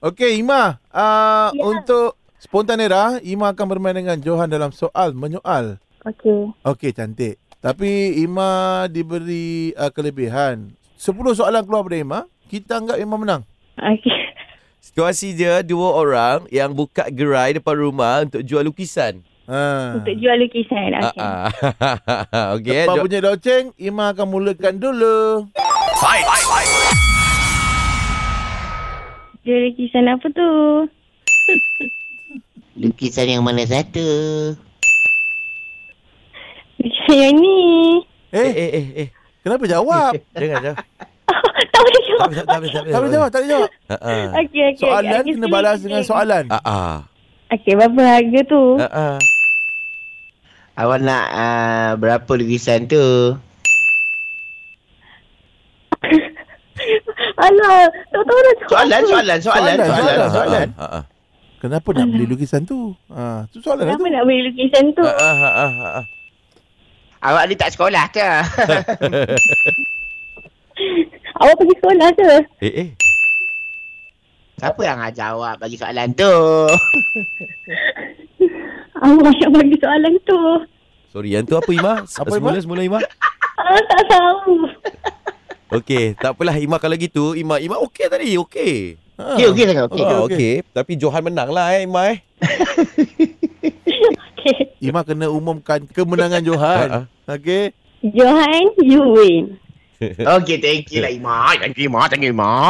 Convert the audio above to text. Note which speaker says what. Speaker 1: Okey, Ima. Uh,
Speaker 2: Ya.
Speaker 1: Untuk spontanera, Ima akan bermain dengan Johan dalam soal menyoal.
Speaker 2: Okey.
Speaker 1: Okey, cantik. Tapi Ima diberi uh, kelebihan. 10 soalan keluar pada Ima, kita anggap Ima menang.
Speaker 2: Okey.
Speaker 3: Situasi dia dua orang yang buka gerai depan rumah untuk jual lukisan.
Speaker 1: Ha.
Speaker 2: Untuk jual lukisan. Okey. Uh-uh.
Speaker 3: Ah, ah. Okey.
Speaker 1: Lepas
Speaker 3: Jo-
Speaker 1: punya doceng, Ima akan mulakan dulu.
Speaker 2: Jual lukisan apa tu?
Speaker 4: Lukisan yang mana satu?
Speaker 2: Lukisan yang ni.
Speaker 3: Eh,
Speaker 1: Eh,
Speaker 3: eh, eh, eh.
Speaker 1: kenapa jawab?
Speaker 3: Jangan, jangan.
Speaker 2: Oh, tak boleh
Speaker 3: Tak
Speaker 2: jawab.
Speaker 3: boleh, tak boleh, tak boleh.
Speaker 1: tak boleh jawab, tak boleh jawab.
Speaker 3: Ah, ah.
Speaker 2: Okey, okey.
Speaker 1: Soalan
Speaker 2: okey.
Speaker 1: kena balas dengan soalan.
Speaker 3: Ah, ah.
Speaker 2: Okey, berapa harga tu?
Speaker 3: Ah, ah.
Speaker 4: Awak nak uh, berapa lukisan tu?
Speaker 2: Alah, tak tahu dah jawab.
Speaker 4: Soalan, soalan, soalan,
Speaker 1: Soalan,
Speaker 4: soalan,
Speaker 1: soalan,
Speaker 4: soalan.
Speaker 3: Ah, ah.
Speaker 1: Kenapa nak beli lukisan tu? Ha, tu soalan lah
Speaker 2: Kenapa
Speaker 1: tu.
Speaker 2: nak beli lukisan tu?
Speaker 3: Ah, ah, ah, ah, ah.
Speaker 4: Awak ni tak sekolah ke?
Speaker 2: Awak pergi sekolah ke?
Speaker 3: Eh, eh.
Speaker 4: Siapa yang ajar awak bagi soalan tu?
Speaker 2: Awak yang bagi soalan tu.
Speaker 3: Sorry, yang tu apa Ima?
Speaker 1: Apa,
Speaker 3: Apa semula,
Speaker 1: Ima?
Speaker 3: semula Ima.
Speaker 2: Ah, tak tahu.
Speaker 3: Okey, tak apalah Ima kalau gitu. Ima, Ima okey tadi, okey.
Speaker 1: Ha.
Speaker 4: Okey, okey sangat okey.
Speaker 3: Okey,
Speaker 1: okey.
Speaker 3: okey. Tapi Johan menang lah eh, Ima eh.
Speaker 2: Okey.
Speaker 1: Ima kena umumkan kemenangan Johan.
Speaker 3: Ah,
Speaker 1: Okey.
Speaker 2: Johan, you win.
Speaker 4: Oh. Okey, thank you lah Ima. Thank you Ima, thank you Ima.